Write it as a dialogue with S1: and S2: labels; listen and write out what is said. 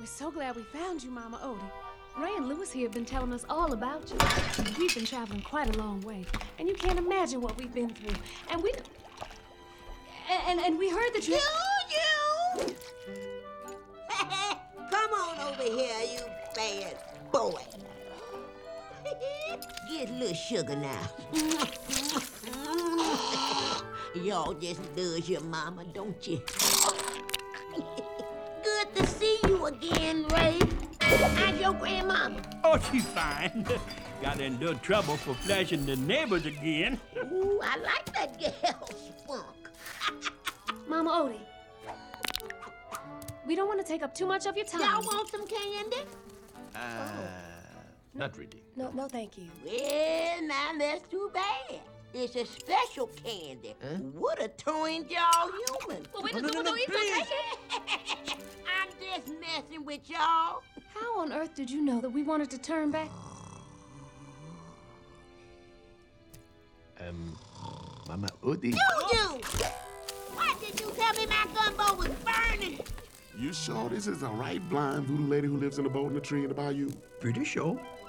S1: We're so glad we found you, Mama Odie. Ray and Lewis here have been telling us all about you. We've been traveling quite a long way, and you can't imagine what we've been through. And we. And, and we heard that you.
S2: You, you! Come on over here, you bad boy. Get a little sugar now. Y'all just does your mama, don't you? Good to see you again, Ray. How's your grandmama?
S3: Oh, she's fine. Got in little trouble for flashing the neighbors again.
S2: Ooh, I like that girl, Spunk.
S1: Mama Odie. We don't want to take up too much of your time.
S2: Y'all want some candy?
S3: Not really.
S1: No, no, thank you.
S2: Well, now that's too bad. It's a special candy. Would have turned y'all human.
S1: Well, we no,
S3: Oh, no, no, please.
S2: I'm just messing with y'all.
S1: How on earth did you know that we wanted to turn back?
S4: Um, Mama Odie.
S2: You! Why did you tell me my gumbo was burning?
S5: You sure this is the right blind voodoo lady who lives in a boat in a tree in the bayou?
S4: Pretty sure.